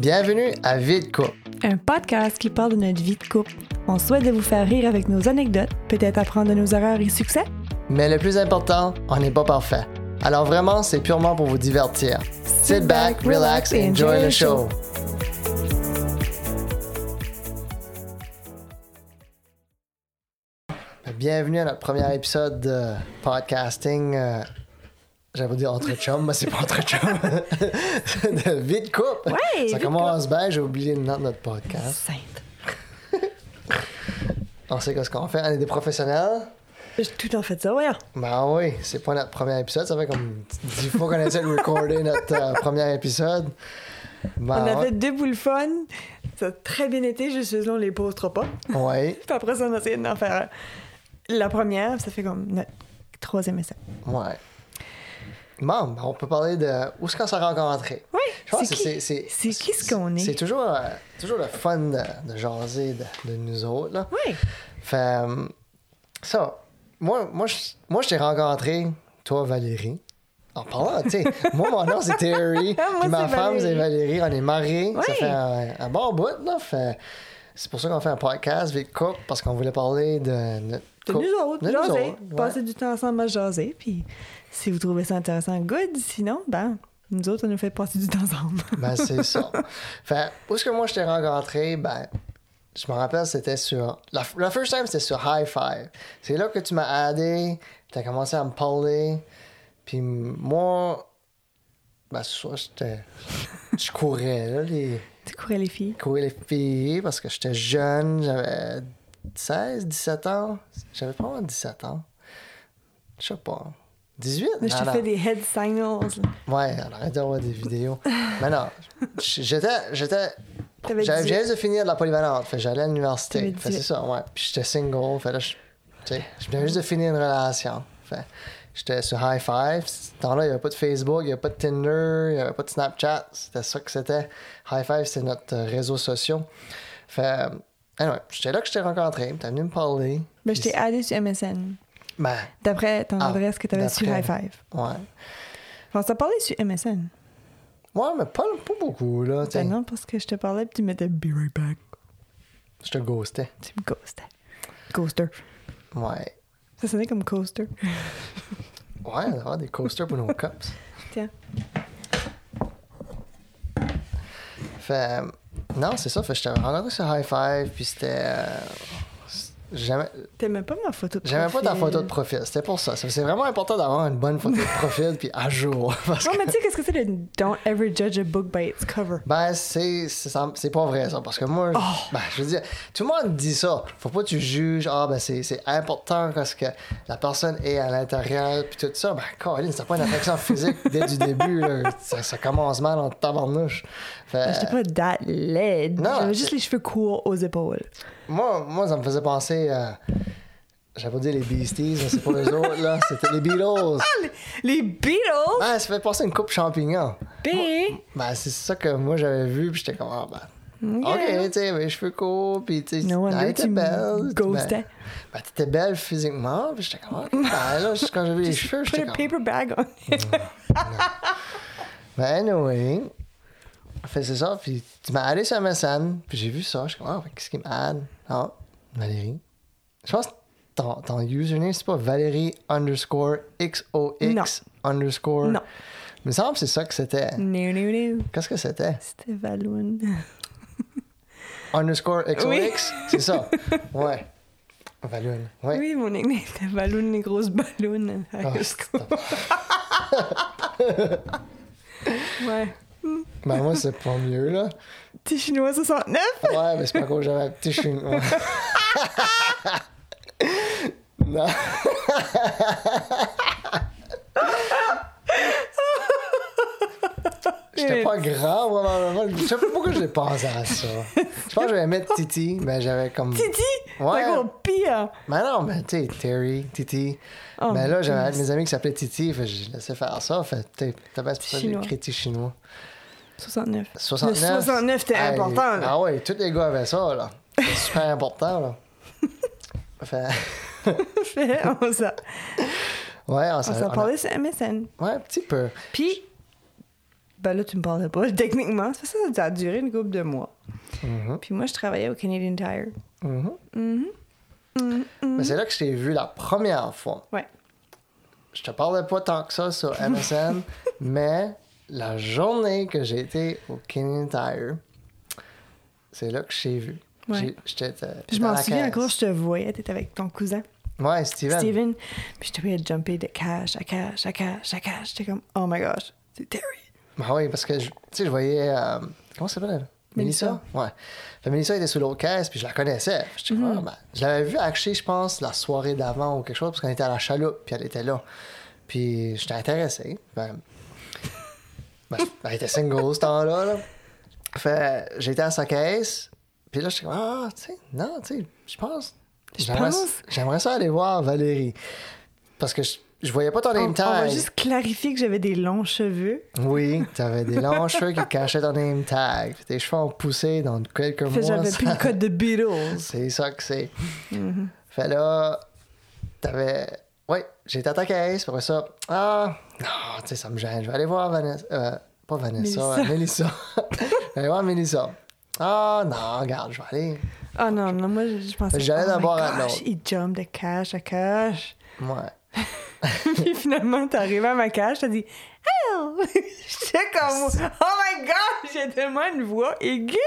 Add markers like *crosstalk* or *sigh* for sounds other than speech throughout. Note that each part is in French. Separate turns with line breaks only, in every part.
Bienvenue à Vie de couple.
Un podcast qui parle de notre vie de couple. On souhaite de vous faire rire avec nos anecdotes, peut-être apprendre de nos erreurs et succès.
Mais le plus important, on n'est pas parfait. Alors vraiment, c'est purement pour vous divertir. Sit back, relax et enjoy the show. Bienvenue à notre premier épisode de podcasting. euh, J'allais dire entre chums, mais c'est pas entre chums. *laughs* de vie de couple.
Ouais, vie
Ça
de
commence Hein? bien, j'ai oublié le nom de notre podcast.
Sainte.
On sait qu'est-ce qu'on fait, on est des professionnels.
J'ai tout en fait ça, voyons.
Ben oui, c'est pas notre premier épisode. Ça fait comme 10 fois qu'on essaie de recorder notre euh, premier épisode.
On
Ben
a fait
ouais.
deux boules fun. Ça a très bien été, juste que là, on les postera pas.
Ouais,
Puis après ça, on a essayé d'en faire euh, la première. Ça fait comme notre troisième essai.
ouais. Bon, ben on peut parler de où est-ce qu'on s'est rencontrés.
Oui,
Je pense
c'est
que
qui, c'est qui ce qu'on est?
C'est toujours, euh, toujours le fun de, de jaser de, de nous autres. Là.
Oui.
Fait, euh, ça, moi, moi, je, moi, je t'ai rencontré, toi, Valérie. En parlant,
*laughs*
tu sais, moi, mon nom, c'est Terry.
Moi,
puis ma
c'est
femme,
Valérie.
c'est Valérie. On est mariés. Ça
Ouais.
fait un, un bon bout, là. Fait- c'est pour ça qu'on fait un podcast, Vie de couple, parce qu'on voulait parler de notre
De
couple.
nous autres,
De nous
jaser.
autres, ouais.
Passer du temps ensemble à jaser. Puis si vous trouvez ça intéressant, good. Sinon, ben, nous autres, on nous fait passer du temps ensemble. *laughs*
Ben, c'est ça. Fait, où est-ce que moi, je t'ai rencontré? Ben, je me rappelle, c'était sur. La, la first time, c'était sur High Five. C'est là que tu m'as aidé, tu as commencé à me parler. Puis moi, ben, soit j'étais. Je courais, là, les,
tu courais les filles.
courais les filles parce que j'étais jeune, j'avais 16, 17 ans. J'avais pas vraiment 17 ans. Je sais pas. 18?
Là, je te
Non,
fais
non.
des head signals. là.
Ouais, on arrête d'avoir des vidéos. Mais non, j- j'étais. j'étais
T'avais
j'avais
dit-
j'ai juste de finir de la polyvalente. Fait que j'allais à l'université.
T'avais
Fait que
dit-
c'est ça, ouais. Puis j'étais single. Fait là, je- tu sais, je venais juste de finir une relation. Fait que j'étais sur High Five. Ce temps-là, il n'y avait pas de Facebook, il n'y avait pas de Tinder, il n'y avait pas de Snapchat. C'était ça que c'était. High Five, c'était notre euh, réseau social. Fait euh, anyway, j'étais là que je t'ai rencontré. T'es venu me parler.
Ben, je t'ai addé sur MSN.
Ben,
D'après ton
Ah,
adresse que tu avais sur
d'après.
High Five.
ouais.
Enfin, on t'a parlé sur MSN.
Ouais, mais pas, pas beaucoup, là. tu sais.
Ben non, parce que je te parlais puis tu mettais Be right back.
Je te ghostais.
Tu me ghostais. Coaster.
Ouais.
Ça sonnait comme coaster.
Ouais, on va avoir des coasters pour nos *laughs* cups.
Tiens.
Fait, euh, non, c'est ça. Fait, que je t'avais rencontré sur High Five, puis c'était. euh, c'est- J'aimais
T'aimais pas ma photo de
j'aimais pas ta
profil.
photo de profil, c'était pour ça. C'est c'est vraiment important d'avoir une bonne photo de profil, puis à jour. *laughs* Parce que,
Non, mais tu sais, qu'est-ce que c'est le Don't ever judge a book by its cover?
ben, c'est c'est ça- c'est pas vrai, ça. Parce que moi, je- ben, je veux dire, tout le monde dit ça. Faut pas que tu juges, ah, ben, c'est c'est important parce que la personne est à l'intérieur, puis tout ça. Ben, Colin, c'est pas une affection physique dès du début, là. Ça, ça commence mal en tabarnouche. Fait-
J'étais pas that laid.
Euh. Non.
J'avais juste les cheveux courts aux épaules.
Moi, moi, ça me faisait penser à. J'avais pas dit les Beasties, mais c'est pas eux autres, là. C'était les Beatles.
Ah, Les Beatles!
Ah, ça fait penser à une coupe champignon.
P.
Ben, c'est ça que moi j'avais vu, puis j'étais comme, ah, ben. Ok,
Yeah.
tu sais, mes cheveux courts, puis tu sais,
No wonder
elle était
tu me
belle.
ghostais.
Ben, ben, t'étais belle physiquement, puis j'étais comme, ah, ben là, quand j'ai vu les cheveux,
Put
j'étais
a
comme.
paper bag on
*laughs*
it.
Ben, anyway. Fait c'est ça, puis tu m'as allé sur MSN, puis j'ai vu ça, je suis comme, ah, qu'est-ce qu'il m'aide? Ah, Valérie. Je pense que ton, ton username, c'est pas Valérie underscore XOX underscore.
Non. Mm.
Il me semble que c'est ça que c'était.
No, no, no.
Qu'est-ce que c'était?
C'était Valoun.
Underscore XOX?
Oui.
C'est
*laughs*
ça. ouais. Valoune. Ouais.
Oui, mon *laughs* nickname était Valoun, les grosses ballons. euh,
Ah, *laughs*
ouais.
ben, moi, c'est pas mieux, là.
T'es chinois 69?
Ouais, mais c'est pas gros, j'avais un petit chignon. *laughs* non. J'étais pas grand, moi, normalement. Je sais pas pourquoi j'ai pensé à ça. Je pense que j'allais mettre Titi, mais j'avais comme.
Titi?
Ouais.
T'as gros pire.
Mais non, mais tu sais, Terry, Titi.
Oh,
mais là, j'avais un de
goodness.
mes amis qui s'appelait Titi, fait que je laissais faire ça. Fait que t'es- t'as pas c'est pour ça que j'ai
Chinois.
écrit Titi chinois.
*laughs* 69.
69.
Le 69, t'es
Hey,
important, là.
Ah ouais, tous les gars avaient ça, là. C'est super important,
*laughs*
là. Fait, *laughs*
Fait, on s'en
ouais, on s'en
on s'en
on a-
parlait sur MSN.
Ouais, un petit peu.
Puis, Ben là, tu me parlais pas, *laughs* techniquement. Ça, ça, ça a duré une couple de mois.
Mhm.
Puis moi, je travaillais au Canadian Tire.
Mhm.
Mhm. Mhm.
Mais c'est là que je t'ai vu la première fois.
Ouais.
Je te parlais pas tant que ça sur
*laughs*
MSN, mais la journée que j'ai été au Canadian Tire, c'est là que je t'ai vu.
Ouais.
J'ai- J'étais euh,
Puis je
dans
m'en
la
souviens
caisse.
encore, je te voyais, t'étais avec ton cousin,
Ouais, Steven.
Steven. Puis je te voyais jumper de cash à cash à cash à cash. J'étais comme, oh my gosh, c'est Terry.
Ah oui, parce que je- tu sais, je voyais. euh, comment ça s'appelle
Mélissa.
Mélissa. Ouais. Fait, Mélissa était sous l'autre caisse, puis je la connaissais. Puis j'étais comme, ah, ben, je l'avais vue acheter, je pense, la soirée d'avant ou quelque chose, parce qu'on était à la chaloupe, puis elle était là. Puis j'étais intéressé. Ben, ben, elle était single ce temps-là. là. Fait j'étais à sa caisse, puis là, j'étais comme, ah, tu sais, non, tu sais, je pense. J'aimerais-
pense.
J'aimerais ça aller voir Valérie. Parce que je, je voyais pas ton
On,
name
on
tag.
va juste clarifier que j'avais des longs cheveux.
Oui, t'avais des longs cheveux qui cachaient ton name tag. Puis Tes cheveux ont poussé dans quelques
Fait que
mois.
j'avais
ça- *laughs*
plus le code de Mm-hmm. Beatles.
C'est ça que c'est. Fait là, t'avais... Oui, j'étais à ta caisse, puis après ça... Ah, non, tu sais, ça me gêne. Je vais aller voir Vanessa... euh, pas Vanessa,
Mélissa.
euh,
*laughs*
Mélissa. je vais aller voir Mélissa. Ah, non, regarde, je vais aller...
*laughs* Ah non, non, moi, je, je pensais.
J'allais
oh my
d'abord à
gosh,
l'autre.
Il jump de cash à *laughs* cash.
Ouais.
Puis finalement, t'es arrivé à ma cage, t'as dit Hello! *laughs* J'étais comme Oh my god! J'ai tellement une voix aiguë! *laughs*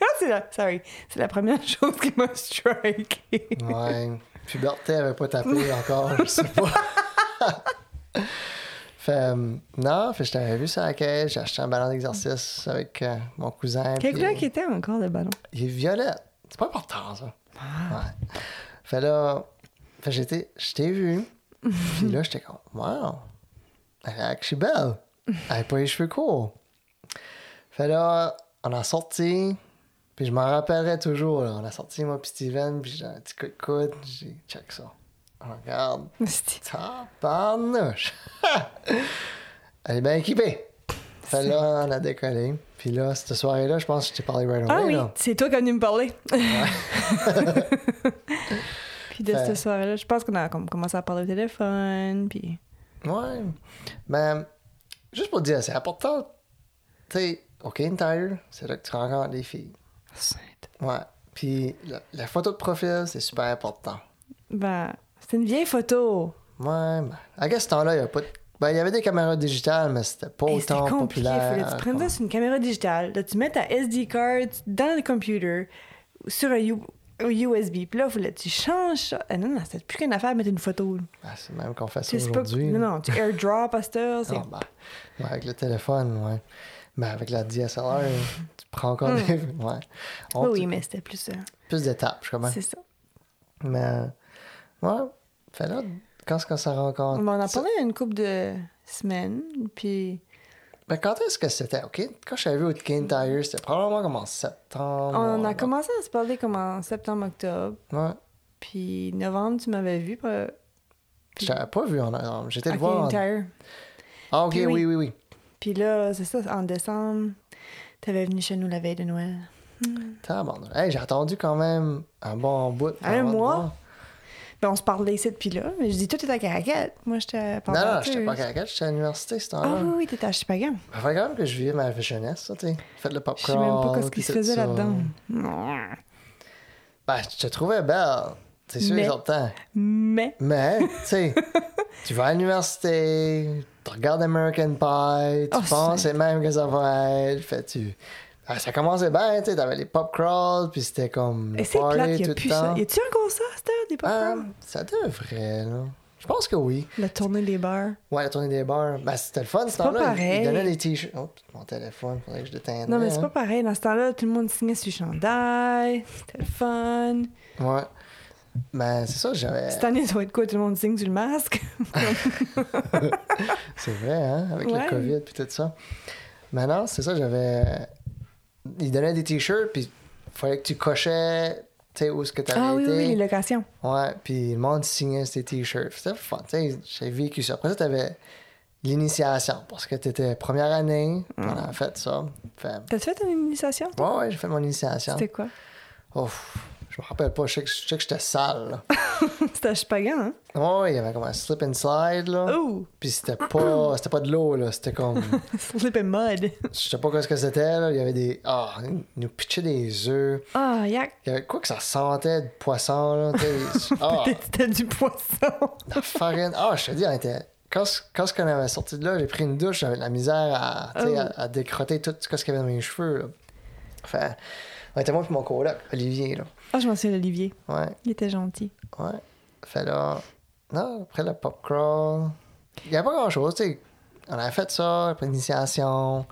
Ah, c'est la, sorry, c'est la première *laughs* chose qui m'a striké.
Ouais. Puberté avait pas tapé encore, je sais pas. fait, euh, non, fait, je t'avais vu sur la caisse, j'ai acheté un ballon d'exercice avec euh, mon cousin. puis-
Quelqu'un qui était encore le ballon.
Il est violet. C'est pas important, ça.
Ah.
Ouais. Fait là, fait, j'étais, je t'ai
*laughs*
vu. puis là, j'étais comme, wow, elle est actually belle. Elle a pas les cheveux courts. Fait là, on a sorti. Puis je m'en rappellerai toujours. là. On a sorti, moi, puis Steven. Puis j'ai un petit coup de coude. J'ai check ça. On regarde.
C'était-
Tabarnouche! *laughs* Elle est bien équipée! Fait là, on a décollé. Puis là, cette soirée-là, je pense que je t'ai parlé right away.
Ah oui,
là.
c'est toi qui as venu me parler. *laughs* puis de
Fait-
cette soirée-là, je pense qu'on a comme commencé à parler au téléphone. Puis
Ouais. Mais, juste pour te dire, c'est important. Tu sais, au Cane Tire, c'est là que tu rencontres des filles. Ouais. Puis la, la photo de profil, c'est super important.
ben, c'était une vieille photo.
Ouais, mais à ce temps-là, il n'y a pas de... Ben, il y avait des caméras digitales, mais c'était pas
Et
autant
C'était compliqué.
populaire.
fallait que tu
hein,
prennes
comme-
ça sur une caméra digitale, là, tu mets ta SD card dans le computer, sur un U- un USB, puis là, fallait que tu changes ça. Ah non, non, c'était plus qu'une affaire de mettre une photo. là.
Ben, c'est même qu'on fait ça
Tu sais, c'est pas-
aujourd'hui.
Non,
là.
non, tu airdrop à cette heure, c'est-
Ah, bah, ouais, avec le téléphone, ouais. Mais avec la DSLR, tu prends encore des. *laughs* Ouais. On-
Mm. oui, oui,
tu-
mais c'était plus. euh,
Plus d'étapes, je comprends.
C'est ça.
Mais. euh, Ouais. Fait là, quand est-ce qu'on s'en rencontre?
On en a
Ça-
parlé il y a une couple de semaines, puis
Ben, quand est-ce que c'était? OK. Quand je suis arrivé au King Tire, c'était probablement comme en septembre.
Mm. on a
ouais.
commencé à se parler comme en septembre-octobre,
Ouais.
puis novembre, tu m'avais vu. Pas...
Je t'avais pas vu en novembre. J'étais
à
le voir. en-
Kintyre.
Ah, OK,
Puis
oui,
oui.
oui, oui.
Puis là, c'est ça, en décembre, t'avais venu chez nous la veille de Noël.
Tabarnak. Hey, j'ai attendu quand même un bon bout.
Un
avant de
mois?
voir.
Ben, on se parlait ici depuis là, mais je dis, toi, t'es à Caracal. Moi, j'étais pas
Non, non, j'étais pas à Caracat, j'étais à l'université, ce
Ah
temps-là.
oui, oui, t'étais à Chipagan.
Il fallait quand même que je vivais ma jeunesse, ça, tu sais. Faites le
Je
popcorn.
sais même pas ce
puis
qui se
tout
faisait
ça.
là-dedans.
Ben, je te trouvais belle. C'est sûr,
Mais-
et certain.
Mais,
Mais, tu
*laughs*
sais, tu vas à l'université, tu regardes American Pie, tu
Oh,
penses
c'est-
c'est même que ça va être. Fait, tu... Ben, ça commençait bien, tu sais, t'avais les pop crawls, puis c'était comme
et
le
c'est
party
plate, y
tout
a
le
plus
temps.
ça. Y a-tu encore ça, à cette heure, des
Ah,
popcorn?
ça devrait, là. Je pense que oui.
La tournée des bars.
Ouais, la tournée des bars. Ben, c'était le fun, ce
pas
temps-là. Ils-
pareil.
Ils donnaient des t-shirts. Oups, mon téléphone, faudrait que je l'éteigne.
Non, mais c'est
hein.
pas pareil. Dans ce temps-là, tout le monde signait sur le chandail. C'était le fun.
Ouais. Ben, c'est ça, j'avais.
Cette année, ça va être quoi? Tout le monde signe sur
*laughs*
le masque.
C'est vrai, hein, avec
Ouais.
le COVID puis tout ça. Maintenant, c'est ça, j'avais. Ils donnaient des t-shirts, puis fallait que tu cochais, tu sais, où est-ce que tu
Ah oui,
été.
oui, oui, les locations.
Ouais, puis le monde signait ces t-shirts. C'était fun, tu sais, j'ai vécu ça. Après ça, t'avais l'initiation, parce que t'étais première année, puis
Mm.
on a fait ça. Fait...
T'as-tu fait une initiation?
Ouais, ouais, j'ai fait mon initiation.
C'était quoi? *laughs*
Ouf, je me rappelle pas, je sais que, je sais que j'étais sale, là.
C'était chupagan, hein?
Ouais, il y avait comme un slip and slide, là.
Oh! *laughs*
Puis c'était pas, c'était pas de l'eau, là. C'était comme.
Slip and mud.
Je sais pas quoi ce que c'était, là. Il y avait des. Ah, ils nous pitchaient des œufs.
Ah, yak!
Il y avait quoi que ça sentait de poisson, là. tu sais. Ah,
C'était du poisson.
la farine. Ah, je te dis, on était. Quand, quand on avait sorti de là, j'ai pris une douche, j'avais de la misère à, tu sais,
Oh.
à, à décrotter tout ce qu'il y avait dans mes cheveux, là. Enfin, on était moi puis mon coloc, Olivier, là.
Ah, je m'en souviens, Olivier.
Ouais,
Il était gentil.
ouais. Fait là. Non, après le pop crawl. Il n'y avait pas grand chose, tu sais. On avait fait ça, après l'initiation.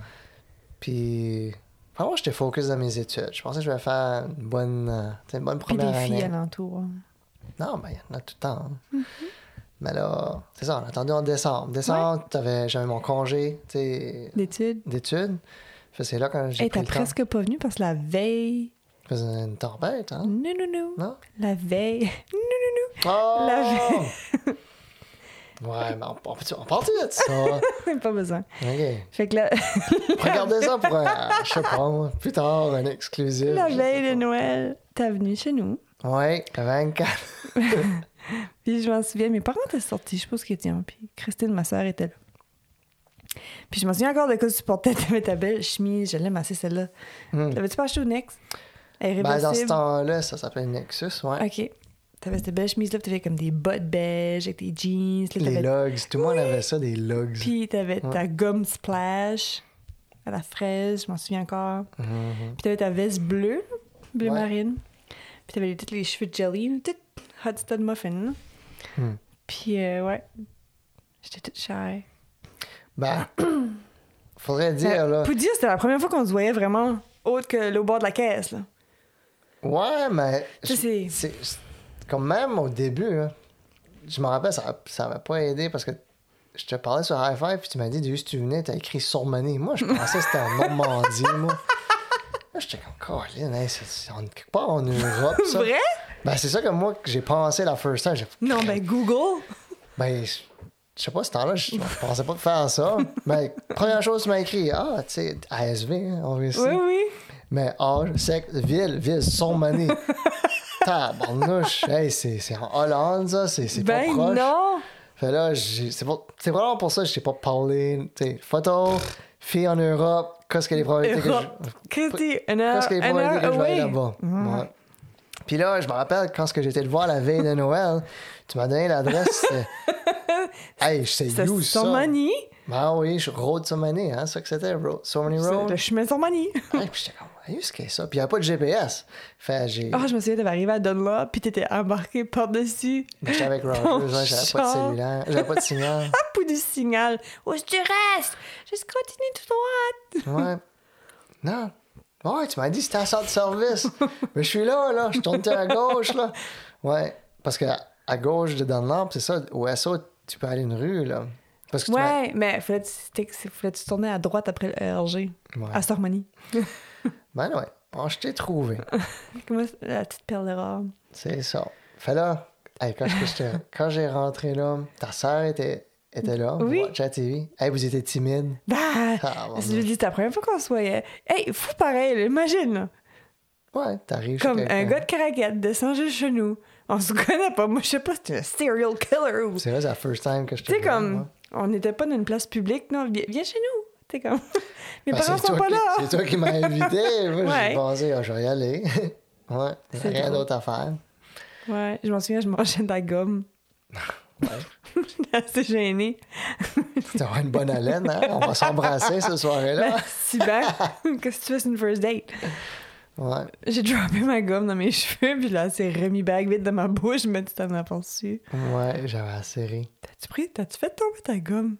Puis. Vraiment, j'étais focus dans mes études. Je pensais que je vais faire une bonne, euh, tu sais, une bonne
Puis
première
des filles Mm-hmm.
année.
alentour. hein.
Non, ben, il y en a tout le temps. hein. Mais là, c'est ça, on a attendu en décembre. Décembre, t'avais- j'avais mon congé, tu sais,
D'études.
d'études. Fait que c'est là quand j'ai
Et
pris
t'as
le temps.
presque pas venu parce que la veille.
Il faisait une tempête, hein?
Non, non, non.
Non?
La veille. *laughs*
Oh!
La
*laughs* ouais, mais on, on, peut- on partit de ça.
pas besoin.
OK.
Fait que la,
Euh, Regardez ça pour un, je sais pas, moi, plus tard, un exclusif.
la
je sais
veille de
pas.
Noël, t'as venu chez nous.
Ouais, le 24.
Puis je m'en souviens, mes parents étaient sortis, je suppose qu'ils étaient. hein, Puis Christine, ma soeur, était là. Puis je m'en souviens encore de quoi tu portais. *laughs* T'avais ta belle chemise, je l'aime assez celle-là.
Hmm.
L'avais-tu pas acheté au Next? Elle est
Ben, dans ce
réversible.
temps-là, ça s'appelle Nexus, ouais.
Ok. T'avais cette belle chemise-là, puis t'avais comme des bottes beiges avec des jeans. Là,
Les
t'avais-
logs, tout le monde avait ça, des logs.
Puis t'avais ta gomme splash à la fraise, je m'en souviens encore.
Mhm.
Puis t'avais ta veste bleue, bleu
Ouais.
marine. Puis t'avais les- tous les cheveux de jelly, une petite hot stud muffin. là.
Hmm.
Puis euh, ouais, j'étais toute chère. *clears throat*
Ben, faudrait dire, là.
Pour dire, c'était la première fois qu'on se voyait vraiment autre que le bord de la caisse. Là.
Ouais, mais.
Tu sais,
je- c'est- c'est- Comme même au début, hein, je me rappelle, ça ça m'a pas aidé parce que je te parlais sur High Five puis tu m'as dit, d'où est-ce que tu venais, t'as écrit Sourmanie. Moi, je pensais que c'était en
*laughs*
Normandie, moi. Là, j'étais comme, Colin, hey, c'est- c'est en- quelque part en Europe, ça.
Vrai?
Ben, c'est ça que moi, que j'ai pensé la first time. J'ai-
Non, ben Google.
Ben, je je sais pas, ce temps-là, je je pensais pas de faire ça. Mais première chose, tu m'as écrit, ah, tu sais, ASV, hein, on réussit.
Oui, oui.
Mais âge, sexe, ville, ville,
*laughs*
Sourmanie. Tabarnouche. Hey, c'est c'est en Hollande, ça. C'est c'est
Ben
pas proche.
non.
Fait là, j'ai- c'est pour- c'est vraiment pour ça que je t'ai pas parlé. T'sais, photo, fille en Europe, qu'est-ce que les probabilités que je...
Europe. Euh, Qu'est-ce que t'es? An hour,
Qu'est-ce que les
an
probabilités
hour
que je vais aller
away.
là-bas?
Mhm.
Ouais. Puis là, je me rappelle quand ce que j'étais le voir la veille de Noël, tu m'as donné l'adresse.
*laughs*
c'est- hey, je sais
C'était
où ça.
Sormani.
Ben oui, je Road Sourmanie, hein, ça que c'était, Road Sourmanie Road.
Le chemin de Sormani.
Ouais, puis j'étais comme, hey, ce qu'est ça? Puis il n'y a pas de GPS. Fait j'ai.
Ah, je me souviens, t'avais arrivé à Dunlop, puis t'étais embarqué par-dessus.
Mais
*laughs*
J'étais avec
Ton
Rogers, ouais, j'avais pas de
char.
cellulaire, j'avais pas de signal.
À bout du Ah, signal. Où est-ce que tu restes? Je continue tout droit.
Ouais. Non. Ouais, tu m'as dit que c'était à centre de service. Mais je suis là, là, je tourne à gauche, là. Ouais, parce que à, à gauche de Dunlop, c'est ça, au SO, tu peux aller une rue, là. Parce que tu m'as-
Ouais, mais fallait que tu tourner à droite après le RG.
Ouais.
À Sormani.
Ben ouais, bon, je t'ai trouvé.
Comment c'est- la petite perle de rare.
C'est ça. Fait là, hey, quand, je- j'étais- quand j'ai rentré là, ta sœur était, était là,
Oui.
watch la TV. Hey, vous étiez timide.
Bah!
Ah, bon,
je lui dis, c'est la première fois qu'on se voyait. Hey, fou pareil, là, imagine! là.
Ouais, t'arrives chez
Comme un
quelqu'un.
gars de Caracat descend juste chez nous. On se *laughs* connaît pas. Moi, je sais pas si c'est un serial killer ou. Tu
C'est vrai, c'est la first time que je te
sais,
vois,
comme,
moi.
on n'était pas dans une place publique. Non, viens, viens chez nous. Tu sais, comme, *laughs* mes
Ben,
parents
c'est
sont
toi
pas
qui-
là.
C'est toi qui
*laughs*
m'as invité. Moi,
Ouais.
j'ai pensé, Ah, je vais y aller. *laughs* ouais, y a
C'est
rien
drôle.
d'autre à faire.
Ouais, je m'en souviens, je mangeais de la gomme.
*laughs* Ouais.
*laughs* J'étais assez gênée.
Tu vas avoir une bonne haleine, hein? On va s'embrasser cette
*laughs*
soirée-là.
Si bien, Bah, qu'est-ce que tu fais, c'est une first date.
Ouais,
J'ai droppé ma gomme dans mes *laughs* cheveux, puis là, c'est remis back vite dans ma bouche. Mais tu t'en as pensé.
ouais, j'avais assez ri.
T'as-tu pris, t'as-tu fait tomber ta gomme?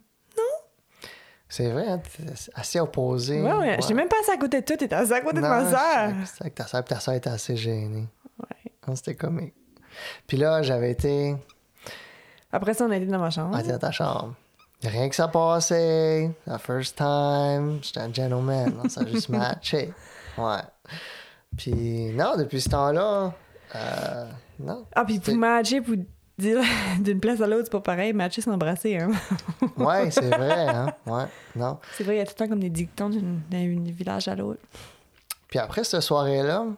C'est vrai, hein? t'es assez opposé.
Ouais, ouais, j'étais même pas assez à côté de toi, t'étais assez à côté de
Non,
ma
c'est
soeur.
vrai que c'est avec ta soeur, puis ta soeur était assez gênée.
Ouais.
Hein, C'était comique. Puis là, j'avais été.
Après ça, on a été dans ma chambre.
On était dans ta chambre. Y a rien que ça passait. La first time. J'étais un gentleman. là. Ça a
*laughs*
juste matché. Ouais. Puis, non, depuis ce temps-là. euh, non.
Ah, puis pour
C'est-
matcher, pour dire *laughs* d'une place à l'autre, c'est pas pareil. Matcher, c'est embrasser. Hein. *laughs*
Ouais, c'est vrai, hein. Ouais, non.
C'est vrai, il y a tout le temps comme des dictons d'une- d'un village à l'autre.
Puis après cette soirée-là, Ah,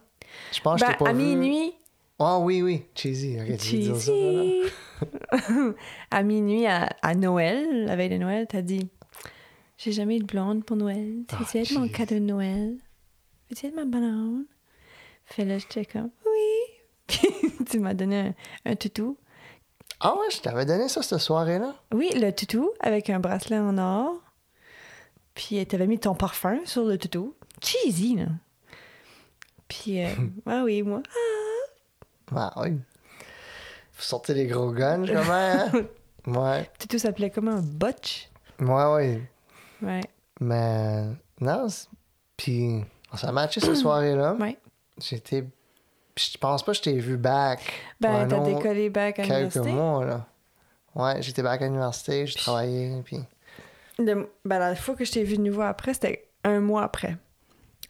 je pense que
Ben,
je t'ai pas
à
vu.
minuit,
Ah oui, oui, cheesy. Ok, tu veux dire ça, là, là?
Cheesy. *laughs* à minuit, à, à Noël, la veille de Noël, t'as dit J'ai jamais eu de blonde pour Noël.
Ah,
Veux-tu être mon
jeez.
cadeau de Noël Veux-tu être ma blonde Fait là, j'étais comme Oui. *laughs* Puis tu m'as donné un, un toutou.
Ah ouais, je t'avais donné ça cette soirée-là.
Oui, le toutou avec un bracelet en or. Puis euh, t'avais mis ton parfum sur le toutou. Cheesy, là. Puis, euh, ah oui, moi.
Ah oui. Vous sortez les gros guns,
*laughs*
quand même, hein? Ouais.
Toutou s'appelait comment un botch.
Ouais, ouais.
Ouais,
Mais non, c'est- puis on s'est matché cette *clears throat* soirée-là.
ouais.
J'étais. Je pense pas que je t'ai vu back.
Ben,
pendant
t'as décollé back à
Quelques
l'université.
mois, là. Ouais, j'étais back à l'université, j'ai travaillé, puis.
Le- ben, la fois que je t'ai vu de nouveau après, c'était un mois après.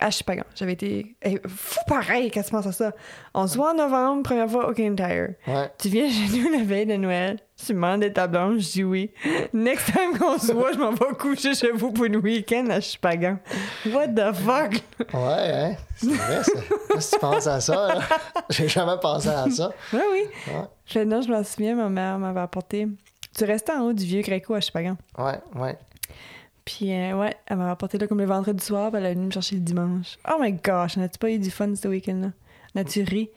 Ah, je sais pas quand. J'avais été. Hey, fou pareil quand tu penses à ça. On se voit en novembre, première fois au Tire. *laughs*
Ouais.
Tu viens chez nous la veille de Noël. Tu me demandes des tablons, je dis oui. Next time qu'on se voit, je m'en vais coucher chez vous pour le week-end à Chupagan. What the fuck?
Ouais, hein. C'est vrai,
*laughs*
ça. Qu'est-ce que tu penses à ça, là? *laughs* J'ai jamais pensé à ça.
Ah oui.
Ouais.
Je, non, je m'en souviens, ma mère m'avait apporté. Tu restais en haut du vieux Gréco à Chupagan.
Ouais, ouais.
Puis, euh, ouais, elle m'a rapporté là comme le vendredi soir, puis elle est venue me chercher le dimanche. Oh my gosh, n'as-tu pas eu du fun ce week-end-là? N'as-tu ri?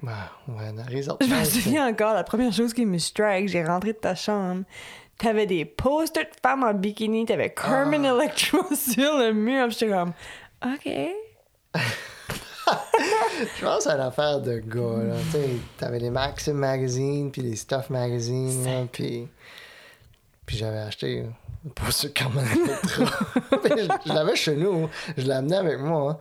Bah, ouais, la resort.
Je me souviens encore, la première chose qui me strike, j'ai rentré de ta chambre. T'avais des posters de femmes en bikini, t'avais Carmen
Ah.
Electra *laughs* sur le mur, puis j'étais comme, OK.
Je pense à l'affaire de gars, là. Tu sais, t'avais les Maxim Magazine, puis les Stuff Magazine, là, puis. Puis j'avais acheté pour ce Carmen Electra. *laughs* Puis je- je l'avais chez nous, je l'amenais avec moi.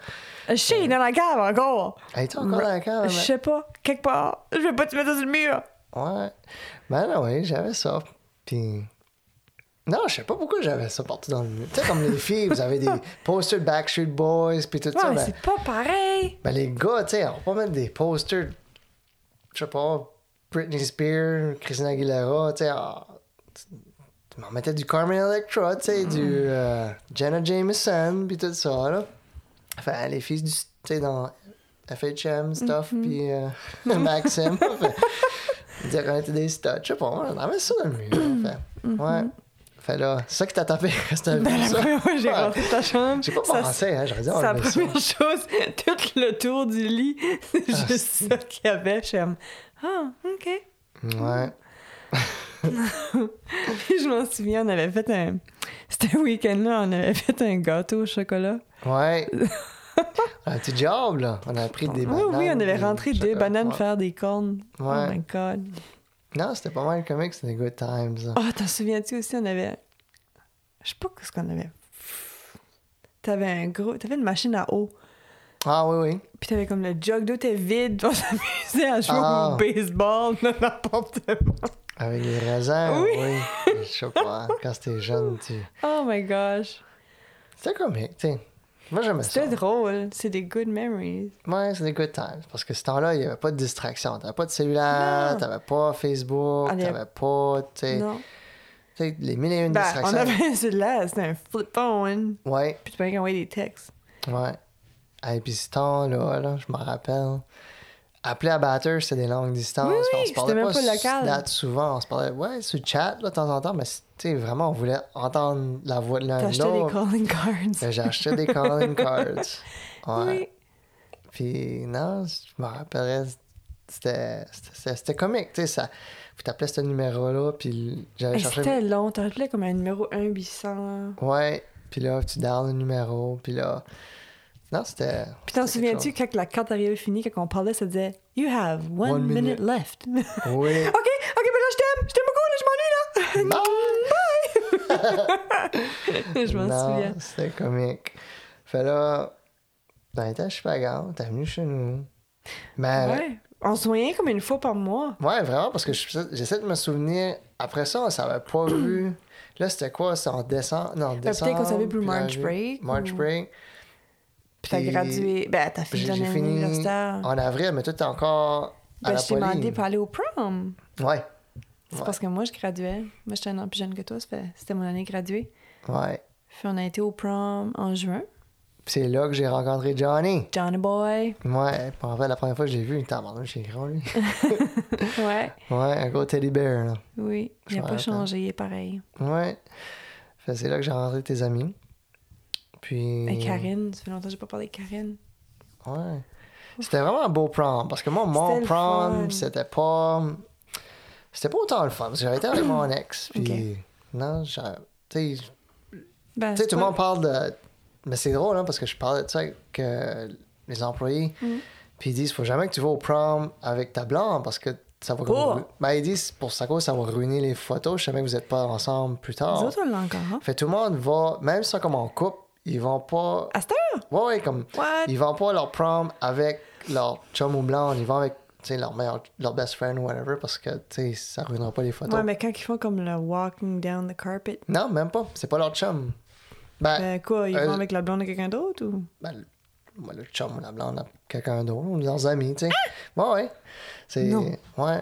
Je suis dans la cave encore.
Elle était encore dans la cave,
Je sais pas, quelque part. Je vais pas te mettre ça sur le mur.
Ouais. Ben oui, j'avais ça. Puis. Non, je sais pas pourquoi j'avais ça partout dans le mur. Tu sais, comme les filles, vous
*laughs*
avez des posters de Backstreet Boys, puis tout
Ouais,
ça.
mais
ben-
c'est pas pareil.
Ben, les gars, tu sais, on va pas mettre des posters, je sais pas, Britney Spears, Christina Aguilera, tu sais, ah, tu- on mettait du Carmen Electra, tu sais, du
Mm.
euh, Jenna Jameson, puis tout ça, là. Enfin, les filles du, tu sais, dans FHM, stuff,
Mm-hmm.
puis euh, *laughs* Maxim, fait, on dirait qu'on était des studs, je sais pas, on avait ça dans le mur, là, fait, ouais. Fait là, c'est ça qui t'a tapé, *laughs* c'était un peu
Mm-hmm. Ben, *laughs* la
ça.
première fois que j'ai
Ouais.
rentré de ta chambre,
J'ai pas
ça
pensé, hein, j'aurais dit, on
C'est la
met ça.
première chose, *laughs* tout le tour du lit, *laughs* c'est
Ah,
juste ça qu'il y avait. Je suis comme, ah, OK. *laughs*
Ouais.
Puis je m'en souviens, on avait fait un. C'était un week-end-là, on avait fait un gâteau au chocolat.
Ouais. *laughs* un petit job, là. On a pris des
oui,
bananes.
oui, on avait
des
rentré deux
chocolats.
bananes
Ouais.
faire des cornes.
Ouais.
Oh my God.
Non, c'était pas mal comique, c'était good times. là.
Ah, oh, t'en souviens-tu aussi, on avait. Je sais pas ce qu'on avait. T'avais un gros. T'avais une machine à eau.
Ah oui, oui.
Puis t'avais comme le jug d'eau, t'es vide. *laughs* On s'amusait à jouer
Ah.
au baseball *laughs* dans l'appartement.
Avec les raisins,
Oui.
oui. Je sais pas, quand c'était jeune, tu...
Oh my gosh.
C'était comique, tu sais. Moi, j'aimais Bah, ça.
C'était drôle. C'est des good memories.
Ouais, c'était good times. Parce que ce temps-là, il y avait pas de distraction. T'avais pas de cellulaire,
Non.
t'avais pas Facebook,
Allez.
t'avais pas, tu sais...
Non.
tu sais, les mille et une
Ben, on
distractions.
avait celui-là, c'était un flip phone.
Ouais,
Puis tu peux envoyer des textes.
ouais. Et puis ce temps-là, là, je m'en rappelle... Appeler à batteur, c'était des longues distances.
Oui,
puis on
oui,
se parlait
c'était même pas
sur
local.
Snap souvent. On se parlait, ouais, sur le chat, là, de temps en temps, mais c'était vraiment, on voulait entendre la voix de l'un de
T'achetais des
l'autre.
calling cards.
Ben, J'ai acheté des
*laughs*
calling cards. Ouais.
Oui.
Puis, non, je me rappellerais, c'était c'était- c'était comique, tu sais, ça. Vous t'appelais ce numéro-là, puis j'avais
Hey,
cherché.
C'était long. T'as appelé comme un numéro 1-800.
Ouais, puis là, tu downs le numéro, puis là. Non, c'était.
Puis t'en
c'était quelque
souviens-tu, quand la carte arrivait finie, quand on parlait, ça disait You have one,
One minute.
minute. left. *laughs* OK, OK,
chose. Oui.
ben là, je t'aime. Je t'aime beaucoup, là, je m'ennuie, là. *laughs* je m'en
Non,
souviens.
C'était comique. Fait là, ben, t'es à Chipagan, t'es venu chez nous. Mais, Ah ouais.
Ouais. On se voyait comme une fois par mois.
vraiment, parce que je- j'essaie de me souvenir. Après ça, on s'avait
*clears throat*
pas vu. Là, c'était quoi? C'était en décembre? Non,
peut-être
décembre.
qu'on s'avait pour
puis la
March
ju-
break,
March
ou-
break.
Puis t'as
Puis-
gradué. Ben, t'as
Puis
fini
j'ai
ton
j'ai
année
fini
universitaire.
en avril, mais tout était encore à
Ben,
la
je t'ai
poly.
demandé pour aller au prom.
Ouais,
C'est
Ouais.
parce que moi, je graduais. Moi, j'étais un an plus jeune que toi. ça fait- C'était mon année graduée.
ouais.
Puis on a été au prom en juin.
Puis c'est là que j'ai rencontré Johnny.
Johnny Boy.
Ouais, puis en fait, la première fois que j'ai vu, il était abandonné chez grand,
*laughs*
lui.
Ouais.
Ouais, un gros teddy bear, là.
Oui. Il
Je
n'a
me
pas
rappelle.
changé, il est pareil.
Ouais. Fait que c'est là que j'ai rencontré tes amis. Puis.
Et Karine, ça fait longtemps que j'ai pas parlé de Karine.
Ouais. C'était vraiment un beau prom. Parce que moi, mon
C'était le
prom,
fun.
c'était pas. C'était pas autant le fun. Parce que j'avais été avec mon
*clears throat*
ex. Puis. Non, j'avais- tu sais,
Ben,
Tu sais,
c'est
tout le
pas-
monde parle de. Mais c'est drôle, hein, parce que je parlais de ça avec euh, les employés.
Mm.
Puis ils disent faut jamais que tu vas au prom avec ta blonde, parce que ça va.
Oh!
ru- Ben, ils disent pour sa cause, ça va ruiner les photos. Je savais que vous n'êtes pas ensemble plus tard.
Nous autres, on l'a encore. hein?
Fait tout le monde va, même ça comme en couple, ils vont pas.
À cette heure?
Ouais, ouais, comme.
What?
Ils vont pas leur prom avec leur chum ou blonde, ils vont avec tu sais, leur meilleur, leur best friend ou whatever, parce que tu sais, ça ruinera pas les photos.
Ouais, mais quand ils font comme le walking down the carpet,
Non, même pas. C'est pas leur chum. Ben,
ben quoi, ils
euh,
vont avec la blonde de quelqu'un d'autre ou?
ben, le- moi, le chum ou la blonde, quelqu'un d'autre, ou leurs amis, tu sais. Ouais, ouais. C'est.
Ah! Non.
Ouais.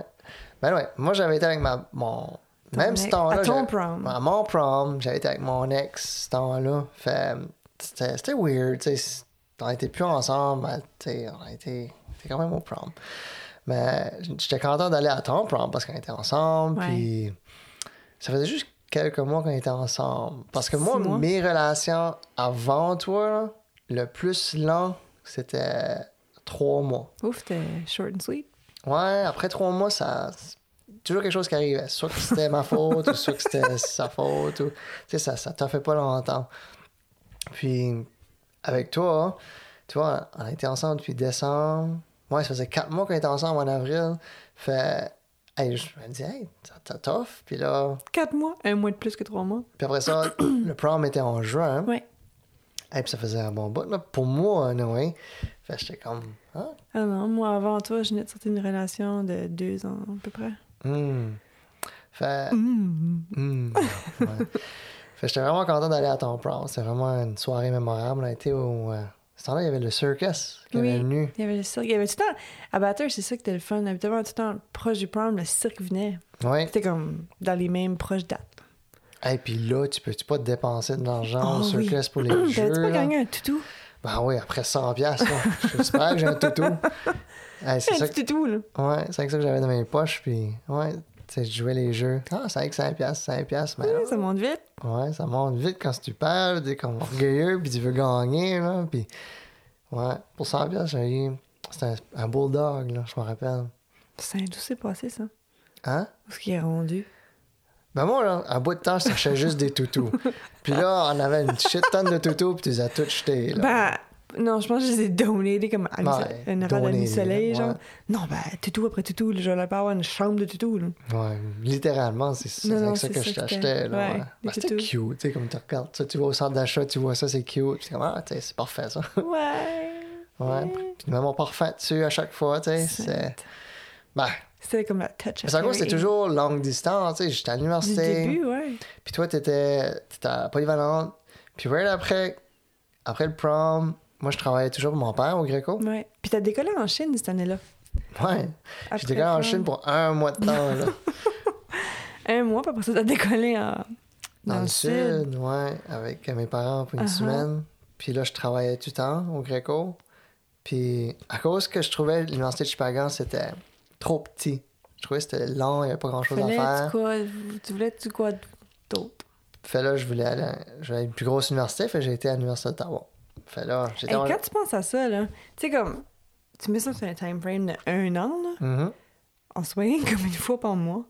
Ben, ouais. Moi, j'avais été avec ma. Mon...
Ton
Même
ex-
ce temps-là.
à ton
j'avais-
prom.
À mon prom, j'avais été avec mon ex ce temps-là. Fait. C'était c'était weird, tu sais. On était plus ensemble, mais, tu sais, on a été. C'était quand même au prom. Mais j'étais content d'aller à ton prom parce qu'on était ensemble,
Ouais.
puis. Ça faisait juste quelques mois qu'on était ensemble. Parce que
Six
moi,
mois.
mes relations avant toi, là, le plus lent, c'était trois mois.
Ouf, t'es short and sweet.
Ouais, après trois mois, ça. c'est Toujours quelque chose qui arrivait. Soit que c'était ma faute, ou soit que c'était sa faute, ou. Tu sais, ça, ça t'a fait pas longtemps. Puis, avec toi, tu vois, on a été ensemble depuis décembre. Ouais, ça faisait quatre mois qu'on était ensemble en avril. Fait. hey, je me dis, hey, ça t'a tough. Puis là.
Quatre mois, un mois de plus que trois mois.
Puis après ça, le prom était en juin.
Ouais.
Et puis ça faisait un bon bout. là. Pour moi, Noé, fait que j'étais comme. Ah,
Ah non, moi avant toi, je venais de sortir d'une relation de deux ans à peu près.
hmm. Fait.
Hmm.
hmm, ouais. Fait que j'étais vraiment content d'aller à ton prom. C'était vraiment une soirée mémorable. On a été au. euh, Ce temps-là, il y avait le circus qui
Oui.
avait venu.
Il y avait le cirque, il y avait tout le temps. À Batters, c'est ça que était le fun. Habituellement, tout le temps, proche du prom, le cirque venait.
Ouais.
C'était comme dans les mêmes proches dates.
Et puis là, tu peux-tu pas te dépenser de l'argent au
Oh, oui.
circus
*clears throat*
pour les jeux?
T'avais-tu pas
là?
gagné un toutou?
Ben oui, après 100$. piastres, là. J'espère que j'ai un
*laughs*
toutou. Hey, c'est
Un
ça
petit toutou, là.
Ouais, c'est avec ça que j'avais dans mes poches, puis ouais, tu sais, je jouais les jeux. Ah, c'est avec 5 piastres, 5 piastres, mais
Ça monte vite.
ouais, ça monte vite quand tu parles, t'es comme orgueilleux, puis tu veux gagner, là, puis ouais, pour 100 piastres, j'avais eu, c'était un, un bulldog, là, je me rappelle.
C'est d'où c'est passé, ça?
Hein?
Où est-ce qu'il est rendu?
Ben moi, là, un bout de temps, je cherchais juste des
*laughs*
toutous. Puis là, on avait une shit tonne de toutous, puis tu les as tous jetés, là.
Ben, non, je pense que je les ai donnés comme à
Ouais,
une erreur de
donnés,
soleil,
ouais.
genre. Non, ben, toutou après toutou, là, j'aurais pas avoir une chambre de toutou, là.
Ouais, littéralement, c'est c'est
Non, non,
avec ça
c'est
que
ça
je
que
t'achetais.
c'était.
là,
Ouais,
ouais.
des
Ben, C'était
toutous.
cute, tu sais, comme tu regardes ça, tu vas au centre d'achat, tu vois ça, c'est cute. Puis c'est comme, ah, tu sais, c'est parfait, ça.
Ouais.
*laughs* Ouais. Puis même on parfait dessus à chaque fois, tu sais. C'est. Ben,
C'était comme la touch.
mais ça cause, c'est
affaire.
toujours longue distance, tu sais. J'étais à
Du
l'université.
début, ouais.
Puis toi, t'étais étais à Polyvalente. Puis right après, après le prom, moi, je travaillais toujours pour mon père au Gréco.
Ouais. Puis t'as décollé en Chine cette année-là.
Ouais.
Après
J'étais quand même en
le prom.
Chine pour un mois de temps, là.
Un mois, puis après ça, t'as décollé en...
Dans, le sud, ouais, avec mes parents pour une
Uh-huh.
semaine. Puis là, je travaillais tout le temps au Gréco. Puis à cause que je trouvais l'université de Chipagan, c'était trop petit. Je trouvais que c'était long, il n'y avait pas grand-chose à
Fallait,
faire.
tu, quoi, tu voulais tu quoi d'autre?
Fait là, je voulais aller à, je voulais aller à une plus grosse université, fait que j'ai été à l'université d'Ottawa. Fait là, j'étais...
Hey,
en-
quand tu penses à ça, là, tu sais, comme, tu mets ça sur un time frame de un an, là,
Mhm.
on se *laughs* voyait comme une fois par mois.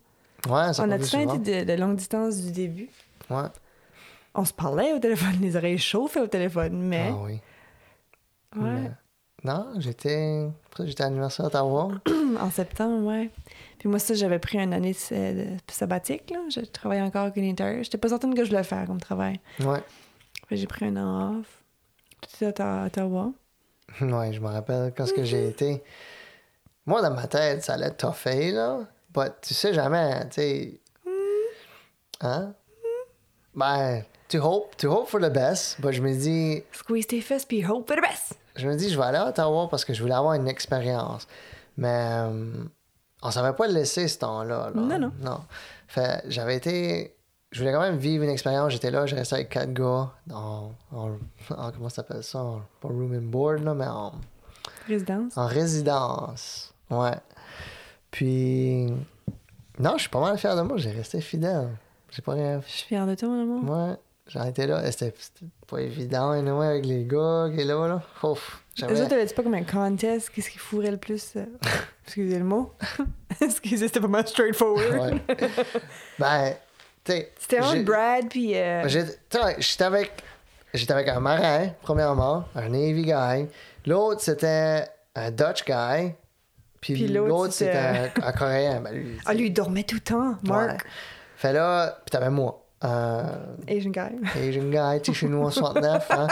Ouais, ça
On
m'a
a
vu
tout
souvent.
été de, de longue distance du début.
Ouais.
On se parlait au téléphone, *laughs* les oreilles chauffées au téléphone, mais.
Ah oui.
Hein?
Ah,
ouais,
Non, j'étais... après, J'étais à l'université d'Ottawa.
*clears throat*
*clears throat*
en septembre, ouais. Puis moi, ça, j'avais pris une année de, de- sabbatique, là. Je travaillais encore au l'intérieur. J'étais pas certaine que je voulais faire comme travail.
ouais. *clears throat*
Fait que J'ai pris un an off. Tout de suite à Ottawa.
Ouais, je me rappelle quand ce que
Mhm.
j'ai été. Moi, dans ma tête, ça allait toffer, là. But tu sais jamais, tu sais.
Mhm.
Hein? Ben, tu hope, tu hope for the best. But je me dis,
Squeeze tes fesses, puis hope for the best!
je me dis, je vais aller à Ottawa parce que je voulais avoir une expérience. Mais euh, on savait pas le laisser ce temps-là. là.
Non, non.
Non. Fait, j'avais été. je voulais quand même vivre une expérience. J'étais là, je restais avec quatre gars. En, en- en- comment ça s'appelle ça? En- pas room and board, là, mais en,
Résidence.
en résidence. Ouais. Puis. Non, je suis pas mal fier de moi. J'ai resté fidèle. J'ai pas rien
Je suis fière de toi, mon amour.
Ouais, j'ai été là. C'était c'était pas évident, anyway, avec les gars qui est là, là. Ouf,
Les
j'avais...
autres, t'avais-tu pas comme un contest? Qu'est-ce qui fourrait le plus?
*laughs*
euh, Excusez le mot. *laughs* Excusez, c'était pas mal straightforward. *laughs*
Ouais. ben, tu sais...
C'était
j'ai-
entre Brad puis... euh,
j'ai- tu sais, J'étais avec... J'étais avec un marin, premièrement, un Navy guy. L'autre, c'était un Dutch guy. Puis
Puis l'autre,
l'autre, c'était un,
c'était-
un Coréen. Ben, lui,
Ah, lui, il dormait tout le temps,
ouais.
Mark.
Fait là, puis t'avais moi. Euh,
Asian guy. *laughs*
Asian guy, tu sais, chez nous en 69, hein.